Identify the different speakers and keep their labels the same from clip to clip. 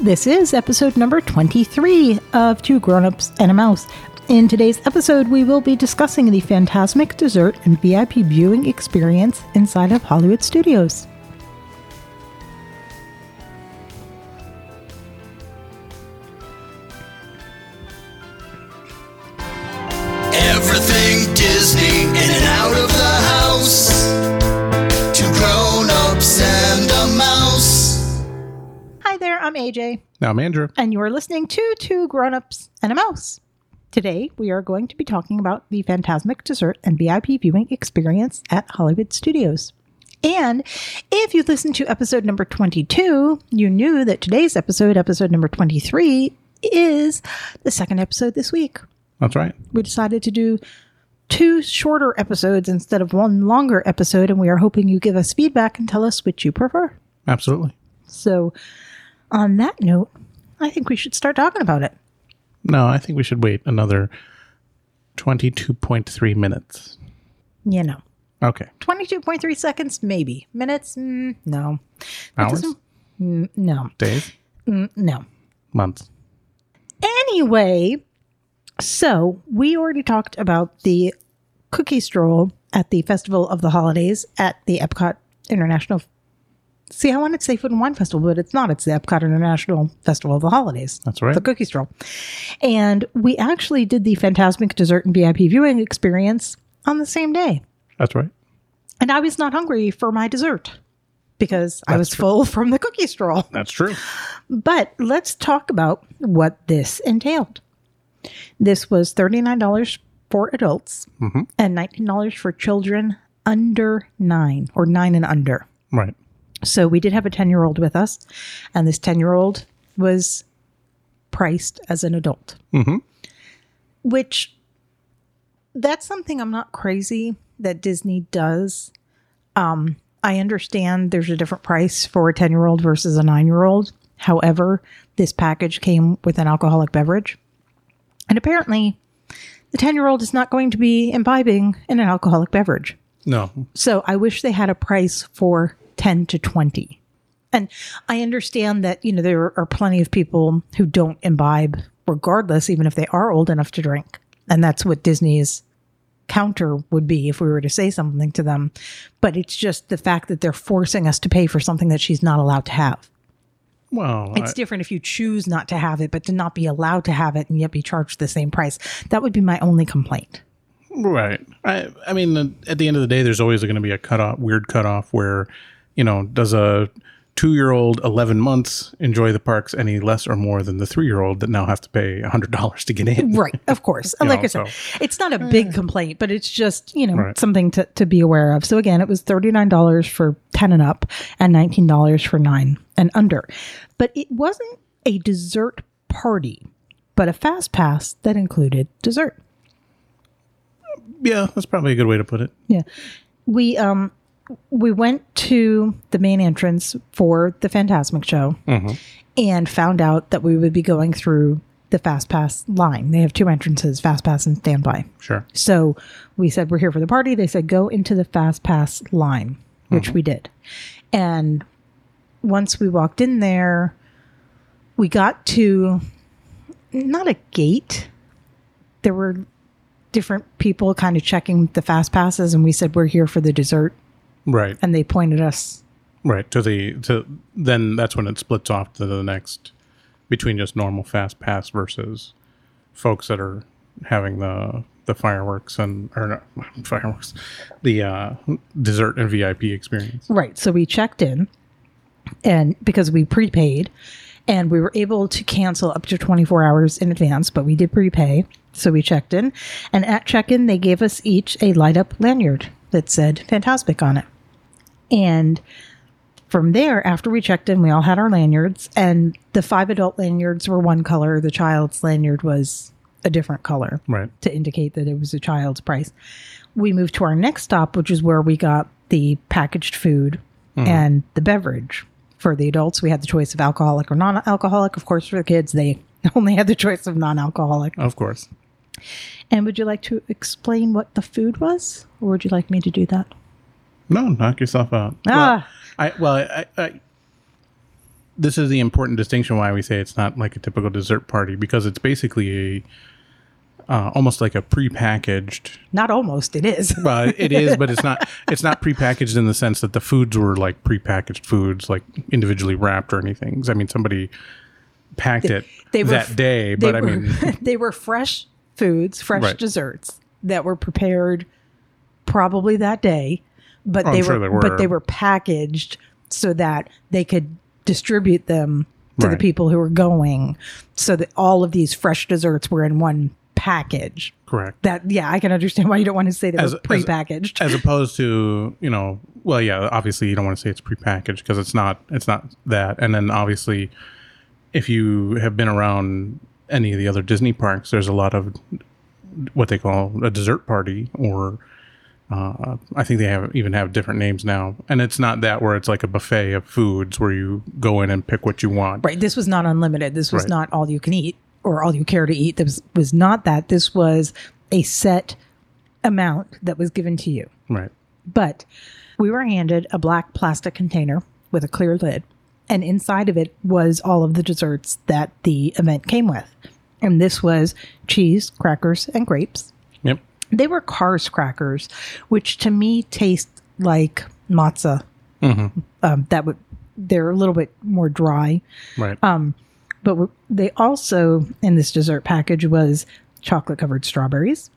Speaker 1: This is episode number 23 of Two Grown Ups and a Mouse. In today's episode, we will be discussing the Fantasmic Dessert and VIP viewing experience inside of Hollywood Studios.
Speaker 2: Everything Disney in and out of the house. Two grown ups and a mouse.
Speaker 1: Hi there, I'm AJ,
Speaker 3: Now, I'm Andrew.
Speaker 1: and you're listening to Two Grown Ups and a Mouse. Today, we are going to be talking about the Fantasmic Dessert and VIP viewing experience at Hollywood Studios. And if you listened to episode number 22, you knew that today's episode, episode number 23, is the second episode this week.
Speaker 3: That's right.
Speaker 1: we decided to do two shorter episodes instead of one longer episode, and we are hoping you give us feedback and tell us which you prefer.
Speaker 3: Absolutely.
Speaker 1: So, on that note, I think we should start talking about it.
Speaker 3: No, I think we should wait another 22.3 minutes.
Speaker 1: You know,
Speaker 3: Okay.
Speaker 1: 22.3 seconds, maybe. Minutes? Mm, no. That
Speaker 3: Hours,
Speaker 1: doesn't- Mm, no.
Speaker 3: days,
Speaker 1: Mm, no.
Speaker 3: months.
Speaker 1: Anyway, so we already talked about the cookie stroll at the Festival of the Holidays at the Epcot International. See, I wanted to say Food and Wine Festival, but it's not. It's the Epcot International Festival of the Holidays.
Speaker 3: That's right.
Speaker 1: The cookie stroll. And we actually did the Fantasmic Dessert and VIP viewing experience on the same day.
Speaker 3: That's right.
Speaker 1: And I was not hungry for my dessert because I was full from the cookie stroll.
Speaker 3: That's true.
Speaker 1: But let's talk about what this entailed. This was $39 for adults and $19 for children under nine or nine and under.
Speaker 3: Right.
Speaker 1: So we did have a 10 year old with us, and this 10 year old was priced as an adult,
Speaker 3: Mhm.
Speaker 1: which that's something I'm not crazy that Disney does. Um, I understand there's a different price for a 10 year old versus a nine year old. However, this package came with an alcoholic beverage. And apparently, the 10 year old is not going to be imbibing in an alcoholic beverage.
Speaker 3: No.
Speaker 1: So I wish they had a price for 10 to 20. And I understand that, you know, there are plenty of people who don't imbibe regardless, even if they are old enough to drink. And that's what Disney's counter would be if we were to say something to them. But it's just the fact that they're forcing us to pay for something that she's not allowed to have.
Speaker 3: Well,
Speaker 1: It's different if you choose not to have it, but to not be allowed to have it and yet be charged the same price. That would be my only complaint.
Speaker 3: Right. I I mean, at the end of the day, there's always going to be a cutoff, weird cutoff where, you know, does a two year old, 11 months, enjoy the parks any less or more than the three year old that now have to pay $100 to get in?
Speaker 1: Right, of course. And like
Speaker 3: know,
Speaker 1: I said,
Speaker 3: so-
Speaker 1: it's not a big complaint, but it's just, you know,
Speaker 3: Right.
Speaker 1: something to, to be aware of. So again, it was $39 for 10 and up and $19 for 9 and under. But it wasn't a dessert party, but a fast pass that included dessert. Mm-hmm.
Speaker 3: Yeah, that's probably a good way to put it.
Speaker 1: Yeah. We um we went to the main entrance for the Fantasmic show
Speaker 3: Mm-hmm.
Speaker 1: and found out that we would be going through the fast pass line. They have two entrances, fast pass and standby.
Speaker 3: Sure.
Speaker 1: So we said, We're here for the party. They said, Go into the fast pass line, which we did. And once we walked in there, we got to not a gate. There were different people kind of checking the fast passes, and we said, We're here for the dessert.
Speaker 3: Right.
Speaker 1: And they pointed us.
Speaker 3: Right to the to then that's when it splits off to the next between just normal fast pass versus folks that are having the the fireworks and or not fireworks the uh, dessert and VIP experience.
Speaker 1: Right. So we checked in, and because we prepaid, and we were able to cancel up to 24 hours in advance, but we did prepay. So we checked in, and at check in, they gave us each a light up lanyard that said Fantasmic on it. And from there, after we checked in, we all had our lanyards, and the five adult lanyards were one color, the child's lanyard was a different color
Speaker 3: Right.
Speaker 1: to indicate that it was a child's price. We moved to our next stop, which is where we got the packaged food and the beverage. For the adults, we had the choice of alcoholic or non alcoholic. Of course, for the kids, they only had the choice of non alcoholic.
Speaker 3: Of course.
Speaker 1: And would you like to explain what the food was? Or would you like me to do that?
Speaker 3: No, knock yourself out.
Speaker 1: Ah.
Speaker 3: Well, I well I, I this is the important distinction why we say it's not like a typical dessert party because it's basically a uh, almost like a prepackaged.
Speaker 1: Not almost, it is.
Speaker 3: Well, it is, but it's not. It's not prepackaged in the sense that the foods were like prepackaged foods, like individually wrapped or anything. I mean, somebody packed it
Speaker 1: They were
Speaker 3: that day, but
Speaker 1: they
Speaker 3: I
Speaker 1: were,
Speaker 3: mean,
Speaker 1: they were fresh foods, fresh
Speaker 3: Right.
Speaker 1: desserts that were prepared probably that day, but
Speaker 3: Oh, I'm
Speaker 1: they
Speaker 3: sure
Speaker 1: were,
Speaker 3: they were.
Speaker 1: but they were packaged so that they could distribute them to the
Speaker 3: Right.
Speaker 1: people who were going, so that all of these fresh desserts were in one package.
Speaker 3: correct.
Speaker 1: That yeah, I can understand why you don't want to say they
Speaker 3: As-
Speaker 1: were
Speaker 3: as-
Speaker 1: prepackaged.
Speaker 3: as opposed to you know well yeah obviously you don't want to say it's prepackaged because it's not it's not that and then obviously if you have been around any of the other disney parks there's a lot of what they call a dessert party or uh, i think they have even have different names now and it's not that where it's like a buffet of foods where you go in and pick what you want
Speaker 1: Right. This was not unlimited. This was
Speaker 3: Right.
Speaker 1: not all you can eat or all you care to eat. This was not that. This was a set amount that was given to you.
Speaker 3: right
Speaker 1: But we were handed a black plastic container with a clear lid, and inside of it was all of the desserts that the event came with. And this was cheese, crackers, and grapes.
Speaker 3: yep
Speaker 1: They were Cars crackers, which to me taste like matzah. Um, that would they're a little bit more dry
Speaker 3: right
Speaker 1: Um, but w- they also in this dessert package was chocolate covered strawberries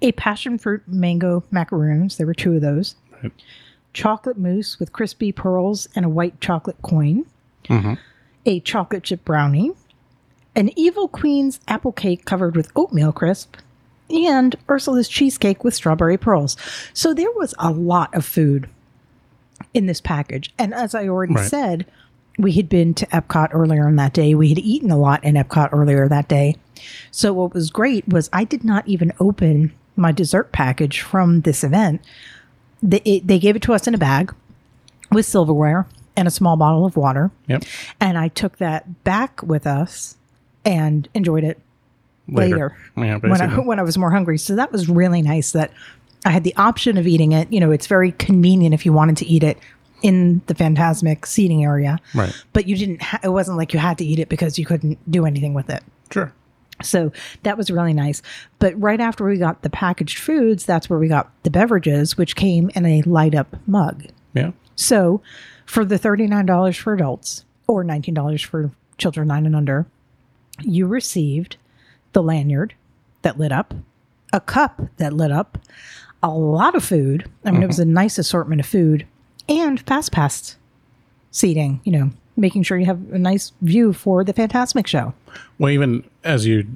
Speaker 1: a passion fruit mango macaroons there were two of those
Speaker 3: Right.
Speaker 1: chocolate mousse with crispy pearls and a white chocolate coin a chocolate chip brownie an evil queen's apple cake covered with oatmeal crisp and ursula's cheesecake with strawberry pearls so there was a lot of food in this package and as i already
Speaker 3: Right.
Speaker 1: said we had been to Epcot earlier on that day. We had eaten a lot in Epcot earlier that day. So what was great was I did not even open my dessert package from this event. They, it, they gave it to us in a bag with silverware and a small bottle of water.
Speaker 3: yep
Speaker 1: And I took that back with us and enjoyed it later,
Speaker 3: yeah
Speaker 1: when I,
Speaker 3: basically.
Speaker 1: when I was more hungry. So that was really nice that I had the option of eating it. You know, it's very convenient if you wanted to eat it in the Fantasmic seating area
Speaker 3: right
Speaker 1: but you didn't ha- it wasn't like you had to eat it because you couldn't do anything with it
Speaker 3: sure
Speaker 1: so that was really nice but right after we got the packaged foods that's where we got the beverages which came in a light up mug
Speaker 3: yeah
Speaker 1: so for the $39 for adults or $19 for children 9 and under you received the lanyard that lit up a cup that lit up a lot of food i mean it was a nice assortment of food and fast pass seating, you know, making sure you have a nice view for the Fantasmic show.
Speaker 3: Well, even as you,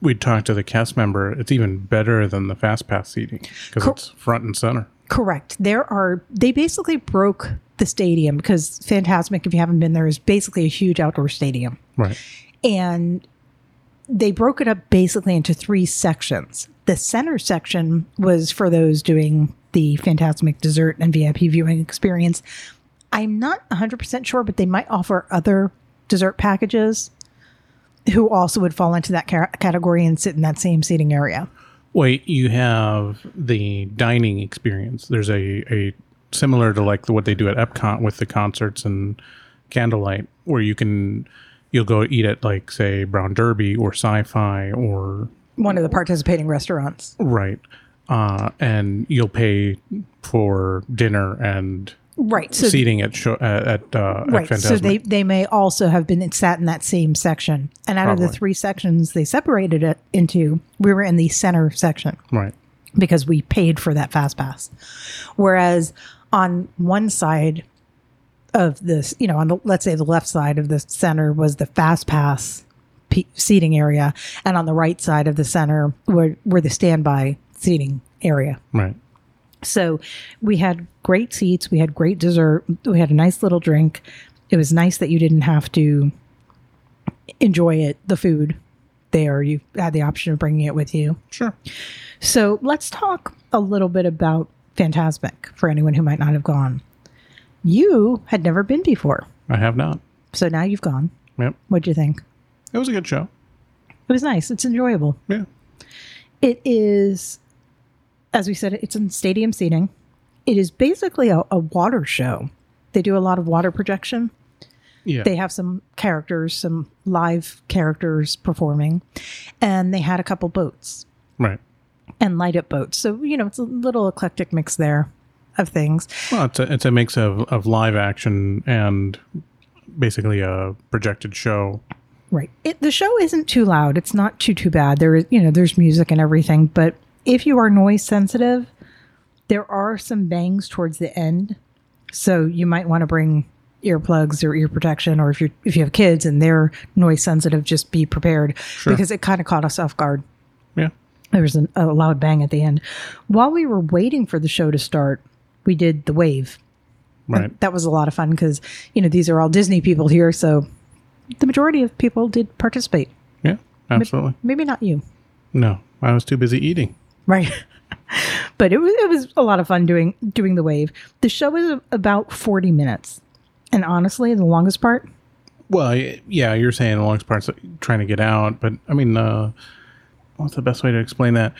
Speaker 3: we talked to the cast member. It's even better than the fast pass seating because
Speaker 1: Cor-
Speaker 3: it's front and center.
Speaker 1: Correct. There are they basically broke the stadium because Fantasmic, if you haven't been there, is basically a huge outdoor stadium.
Speaker 3: Right.
Speaker 1: And they broke it up basically into three sections. The center section was for those doing the Fantasmic dessert and VIP viewing experience. I'm not 100% sure, but they might offer other dessert packages who also would fall into that ca- category and sit in that same seating area.
Speaker 3: Wait, you have the dining experience. There's a a similar to like what they do at Epcot with the concerts and candlelight, where you can you'll go eat at like say Brown Derby or Sci-Fi or
Speaker 1: one of the participating restaurants.
Speaker 3: right, uh, and you'll pay for dinner and
Speaker 1: Right. So
Speaker 3: seating at show, uh, at uh,
Speaker 1: right.
Speaker 3: At
Speaker 1: So
Speaker 3: Fantasmic.
Speaker 1: they they may also have been sat in that same section. And out of the
Speaker 3: Probably.
Speaker 1: three sections they separated it into, we were in the center section
Speaker 3: right.
Speaker 1: because we paid for that fast pass. Whereas on one side of this, you know, on the let's say the left side of the center was the fast pass pe- seating area, and on the right side of the center were were the standby seating area.
Speaker 3: Right.
Speaker 1: So we had great seats. We had great dessert. We had a nice little drink. It was nice that you didn't have to enjoy it, the food there. You had the option of bringing it with you.
Speaker 3: Sure.
Speaker 1: So let's talk a little bit about Fantasmic for anyone who might not have gone. You had never been before.
Speaker 3: I have not.
Speaker 1: So now you've gone.
Speaker 3: Yep.
Speaker 1: What'd you think?
Speaker 3: It was a good show.
Speaker 1: It was nice. It's enjoyable.
Speaker 3: Yeah.
Speaker 1: It is, as we said, it's in stadium seating. It is basically a, a water show. They do a lot of water projection.
Speaker 3: Yeah.
Speaker 1: They have some characters, some live characters performing, and they had a couple boats
Speaker 3: right.
Speaker 1: and light up boats. So, you know, it's a little eclectic mix there of things.
Speaker 3: Well, it's a, it's a mix of, of live action and basically a projected show.
Speaker 1: Right. It, the show isn't too loud. It's not too too bad. There is, you know, there's music and everything, but if you are noise sensitive, there are some bangs towards the end. So you might want to bring earplugs or ear protection or if you if you have kids and they're noise sensitive, just be prepared because it kind of caught us off guard.
Speaker 3: Yeah.
Speaker 1: There was an, a loud bang at the end. While we were waiting for the show to start, we did the wave
Speaker 3: Right.
Speaker 1: that was a lot of fun because you know these are all Disney people here, so the majority of people did participate.
Speaker 3: Yeah. Absolutely.
Speaker 1: Maybe not you,
Speaker 3: No, I was too busy eating.
Speaker 1: right? but it was it was a lot of fun doing doing the wave. The show is about forty minutes, and honestly, the longest part.
Speaker 3: Well, y- yeah, you're saying the longest part's trying to get out, but I mean, uh, what's the best way to explain that?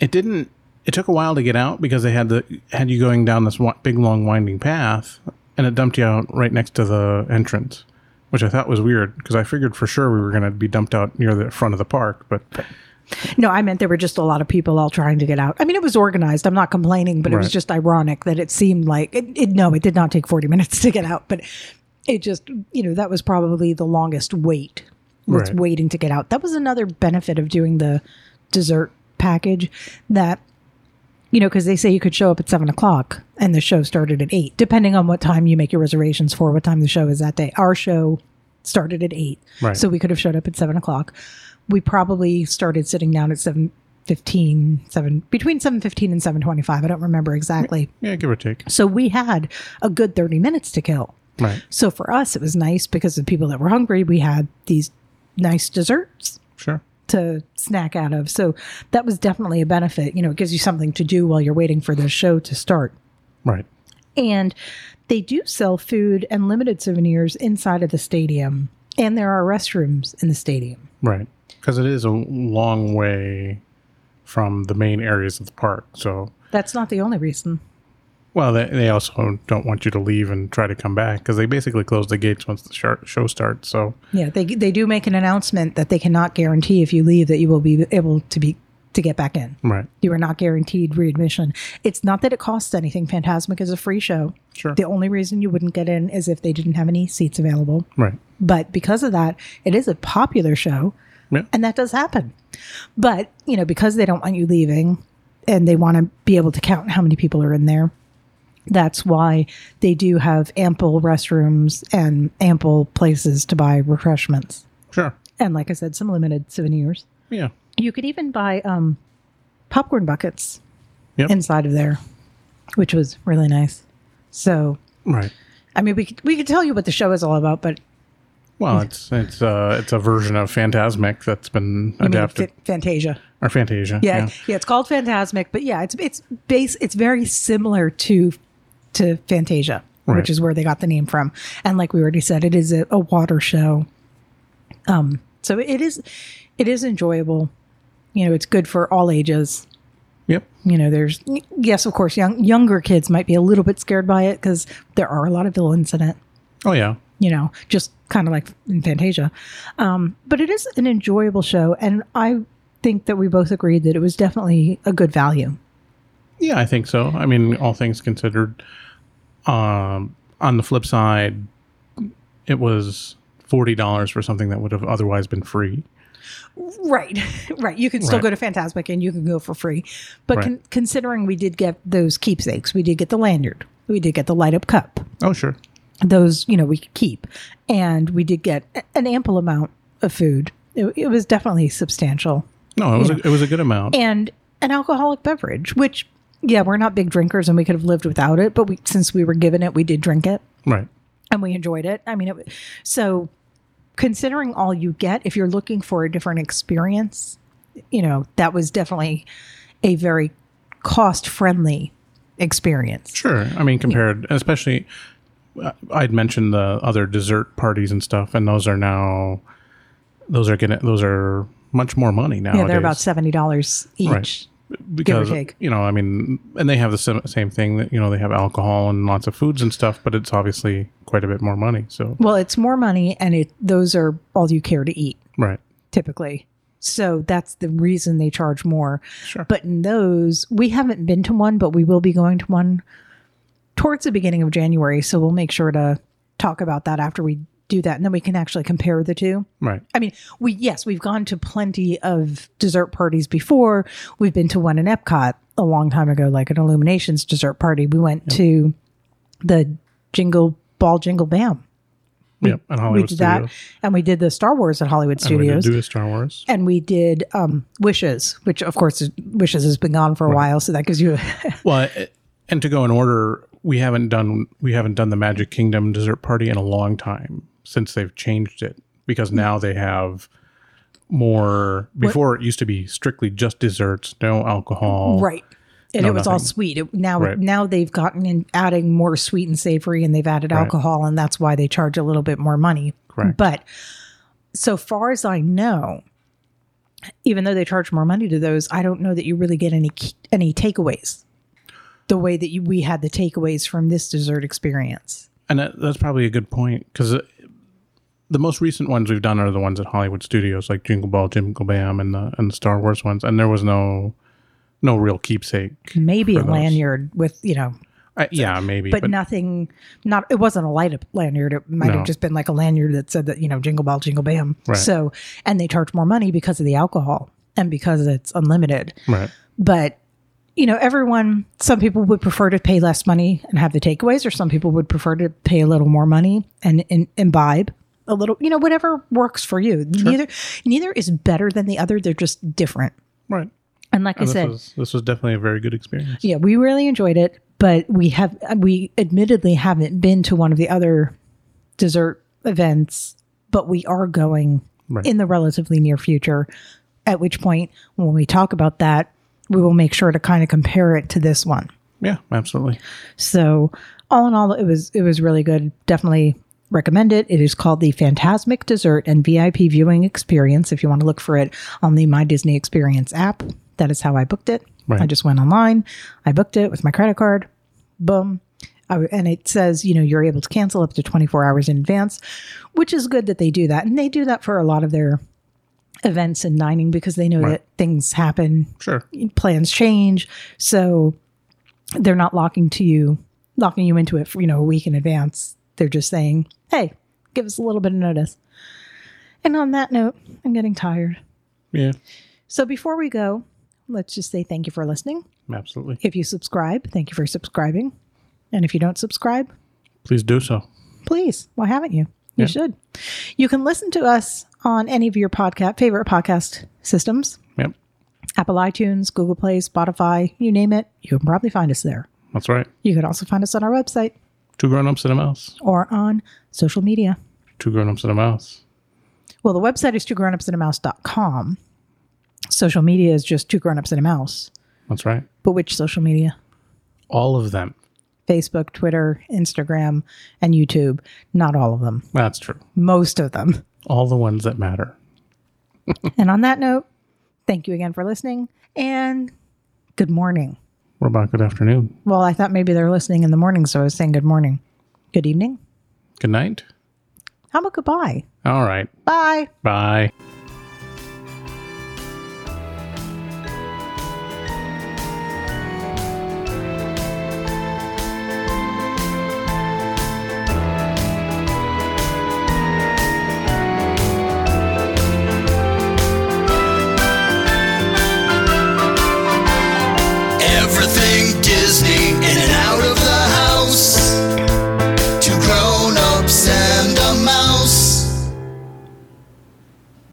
Speaker 3: It didn't. It took a while to get out because they had the had you going down this wa- big long winding path, and it dumped you out right next to the entrance, which I thought was weird because I figured for sure we were going to be dumped out near the front of the park, but
Speaker 1: No, I meant there were just a lot of people all trying to get out. I mean, it was organized. I'm not complaining, but it was
Speaker 3: Right.
Speaker 1: just ironic that it seemed like it, it. No, it did not take forty minutes to get out, but it just you know that was probably the longest wait was
Speaker 3: Right.
Speaker 1: waiting to get out. That was another benefit of doing the dessert package that you know because they say you could show up at seven o'clock and the show started at eight, depending on what time you make your reservations for, what time the show is that day. Our show started at eight,
Speaker 3: Right.
Speaker 1: so we could have showed up at seven o'clock. We probably started sitting down at seven fifteen, seven between seven fifteen and seven twenty five. I don't remember exactly.
Speaker 3: yeah, give or take,
Speaker 1: So we had a good thirty minutes to kill.
Speaker 3: right?
Speaker 1: So for us, it was nice because the people that were hungry, we had these nice desserts
Speaker 3: Sure.
Speaker 1: to snack out of. So that was definitely a benefit. You know, it gives you something to do while you're waiting for the show to start.
Speaker 3: Right.
Speaker 1: And they do sell food and limited souvenirs inside of the stadium. And there are restrooms in the stadium.
Speaker 3: Right. Because it is a long way from the main areas of the park. So,
Speaker 1: That's not the only reason.
Speaker 3: well, they, they also don't want you to leave and try to come back because they basically close the gates once the shar- show starts. So,
Speaker 1: Yeah, they they do make an announcement that they cannot guarantee if you leave that you will be able to be to get back in.
Speaker 3: right.
Speaker 1: You are not guaranteed readmission. It's not that it costs anything. Phantasmic is a free show.
Speaker 3: Sure.
Speaker 1: The only reason you wouldn't get in is if they didn't have any seats available.
Speaker 3: Right.
Speaker 1: But because of that, it is a popular show,
Speaker 3: Yeah.
Speaker 1: and that does happen. But, you know, because they don't want you leaving and they want to be able to count how many people are in there, that's why they do have ample restrooms and ample places to buy refreshments.
Speaker 3: Sure.
Speaker 1: And like I said, some limited souvenirs.
Speaker 3: Yeah.
Speaker 1: You could even buy um, popcorn buckets
Speaker 3: Yep.
Speaker 1: inside of there, which was really nice. So,
Speaker 3: Right.
Speaker 1: I mean, we could, we could tell you what the show is all about, but
Speaker 3: Well, it's it's uh it's a version of Phantasmic that's been
Speaker 1: I mean,
Speaker 3: adapted
Speaker 1: Fa- Fantasia.
Speaker 3: or Fantasia.
Speaker 1: Yeah, yeah, it's called Phantasmic, but yeah, it's it's base. It's very similar to to Fantasia,
Speaker 3: Right.
Speaker 1: which is where they got the name from. And like we already said, it is a, a water show. Um, so it is it is enjoyable. You know, it's good for all ages.
Speaker 3: Yep.
Speaker 1: You know, there's yes, of course, young younger kids might be a little bit scared by it because there are a lot of villains in it
Speaker 3: Oh yeah.
Speaker 1: you know, just kind of like in Fantasia. Um, but it is an enjoyable show, and I think that we both agreed that it was definitely a good value.
Speaker 3: Yeah, I think so. I mean, all things considered, um, on the flip side, it was forty dollars for something that would have otherwise been free.
Speaker 1: Right, right. You can still
Speaker 3: Right.
Speaker 1: go to Fantasmic and you can go for free. But
Speaker 3: Right.
Speaker 1: con- considering we did get those keepsakes, we did get the lanyard, we did get the light up cup.
Speaker 3: Oh, sure.
Speaker 1: Those, you know, we could keep, and we did get a- an ample amount of food. It, it was definitely substantial.
Speaker 3: No, it was a, it was a good amount.
Speaker 1: and an alcoholic beverage, which yeah, we're not big drinkers and we could have lived without it, but we since we were given it, we did drink it
Speaker 3: right.
Speaker 1: and we enjoyed it. I mean, it, so considering all you get, if you're looking for a different experience, you know that was definitely a very cost friendly experience.
Speaker 3: Sure. I mean, compared, especially, uh, I'd mentioned the other dessert parties and stuff, and those are now, those are gonna, those are much more money now.
Speaker 1: Yeah, they're about seventy dollars each.
Speaker 3: Right. because
Speaker 1: take.
Speaker 3: you know, I mean, and they have the sim- same thing that you know they have alcohol and lots of foods and stuff, but it's obviously quite a bit more money. So
Speaker 1: Well, it's more money, and it those are all you care to eat
Speaker 3: right,
Speaker 1: typically. So that's the reason they charge more.
Speaker 3: Sure.
Speaker 1: But in those, we haven't been to one, but we will be going to one towards the beginning of January. So we'll make sure to talk about that after we do that, and then we can actually compare the two.
Speaker 3: right,
Speaker 1: I mean, we yes, we've gone to plenty of dessert parties before. We've been to one in Epcot a long time ago, like an Illuminations dessert party. We went to the Jingle Ball Jingle Bam.
Speaker 3: yep. And Hollywood
Speaker 1: we did that,
Speaker 3: Studios,
Speaker 1: and we did the Star Wars at Hollywood
Speaker 3: and we did
Speaker 1: Studios,
Speaker 3: do a Star Wars.
Speaker 1: and we did um, Wishes, which of course is- Wishes has been gone for a while, so that gives you.
Speaker 3: Well, I- and to go in order, we haven't done we haven't done the Magic Kingdom dessert party in a long time since they've changed it because
Speaker 1: Hmm.
Speaker 3: now they have more. Before it used to be strictly just desserts, no alcohol.
Speaker 1: Right. And
Speaker 3: No,
Speaker 1: it was all
Speaker 3: nothing.
Speaker 1: sweet. It, now,
Speaker 3: Right.
Speaker 1: now they've gotten in adding more sweet and savory, and they've added alcohol, and that's why they charge a little bit more money.
Speaker 3: Correct.
Speaker 1: But so far as I know, even though they charge more money to those, I don't know that you really get any k- any takeaways. The way that you, we had the takeaways from this dessert experience,
Speaker 3: And that, that's probably a good point because the most recent ones we've done are the ones at Hollywood Studios, like Jingle Ball, Jingle Bam, and the and the Star Wars ones. And there was no no real keepsake.
Speaker 1: maybe
Speaker 3: For
Speaker 1: a
Speaker 3: those.
Speaker 1: lanyard with you know,
Speaker 3: Uh, yeah, maybe,
Speaker 1: but, nothing. Not it wasn't a light up lanyard. It might
Speaker 3: No.
Speaker 1: have just been like a lanyard that said that you know, jingle ball, jingle bam.
Speaker 3: Right.
Speaker 1: So, and they charge more money because of the alcohol and because it's unlimited.
Speaker 3: right.
Speaker 1: but you know everyone some people would prefer to pay less money and have the takeaways or some people would prefer to pay a little more money and, and imbibe a little you know whatever works for you neither neither is better than the other they're just different
Speaker 3: Right.
Speaker 1: and like i
Speaker 3: This
Speaker 1: said
Speaker 3: was this was definitely a very good experience.
Speaker 1: yeah we really enjoyed it but we have we admittedly haven't been to one of the other dessert events but we are going
Speaker 3: Right.
Speaker 1: in the relatively near future at which point when we talk about that we will make sure to kind of compare it to this one
Speaker 3: Yeah, absolutely.
Speaker 1: so all in all, it was it was really good. Definitely recommend it. It is called the Phantasmic Dessert and VIP Viewing Experience. If you want to look for it on the My Disney Experience app, that is how I booked it.
Speaker 3: Right.
Speaker 1: I just went online, I booked it with my credit card. Boom. I- and it says, you know, you're able to cancel up to 24 hours in advance, which is good that they do that. And they do that for a lot of their events and dining because they know that things happen
Speaker 3: Sure.
Speaker 1: plans change so they're not locking to you locking you into it for, you know a week in advance they're just saying hey give us a little bit of notice and on that note i'm getting tired
Speaker 3: Yeah,
Speaker 1: so before we go let's just say thank you for listening
Speaker 3: absolutely.
Speaker 1: if you subscribe thank you for subscribing and if you don't subscribe
Speaker 3: Please do so.
Speaker 1: please why haven't you you
Speaker 3: Yeah.
Speaker 1: should you can listen to us on any of your podcast favorite podcast systems
Speaker 3: Yep.
Speaker 1: apple itunes google play spotify you name it you can probably find us there
Speaker 3: That's right.
Speaker 1: You can also find us on our website
Speaker 3: Two grown ups and a mouse.
Speaker 1: or on social media.
Speaker 3: Two grown ups and a mouse.
Speaker 1: Well, the website is twogrownupsandamouse.com. Social media is just two grownups and a mouse.
Speaker 3: That's right.
Speaker 1: But which social media?
Speaker 3: All of them.
Speaker 1: Facebook, Twitter, Instagram, and YouTube. Not all of them,
Speaker 3: That's true.
Speaker 1: most of them.
Speaker 3: All the ones that matter.
Speaker 1: and on that note, thank you again for listening and good morning.
Speaker 3: What about good afternoon?
Speaker 1: Well, I thought maybe they're listening in the morning, so I was saying good morning. Good evening.
Speaker 3: Good night.
Speaker 1: How about goodbye?
Speaker 3: All right.
Speaker 1: Bye.
Speaker 3: Bye.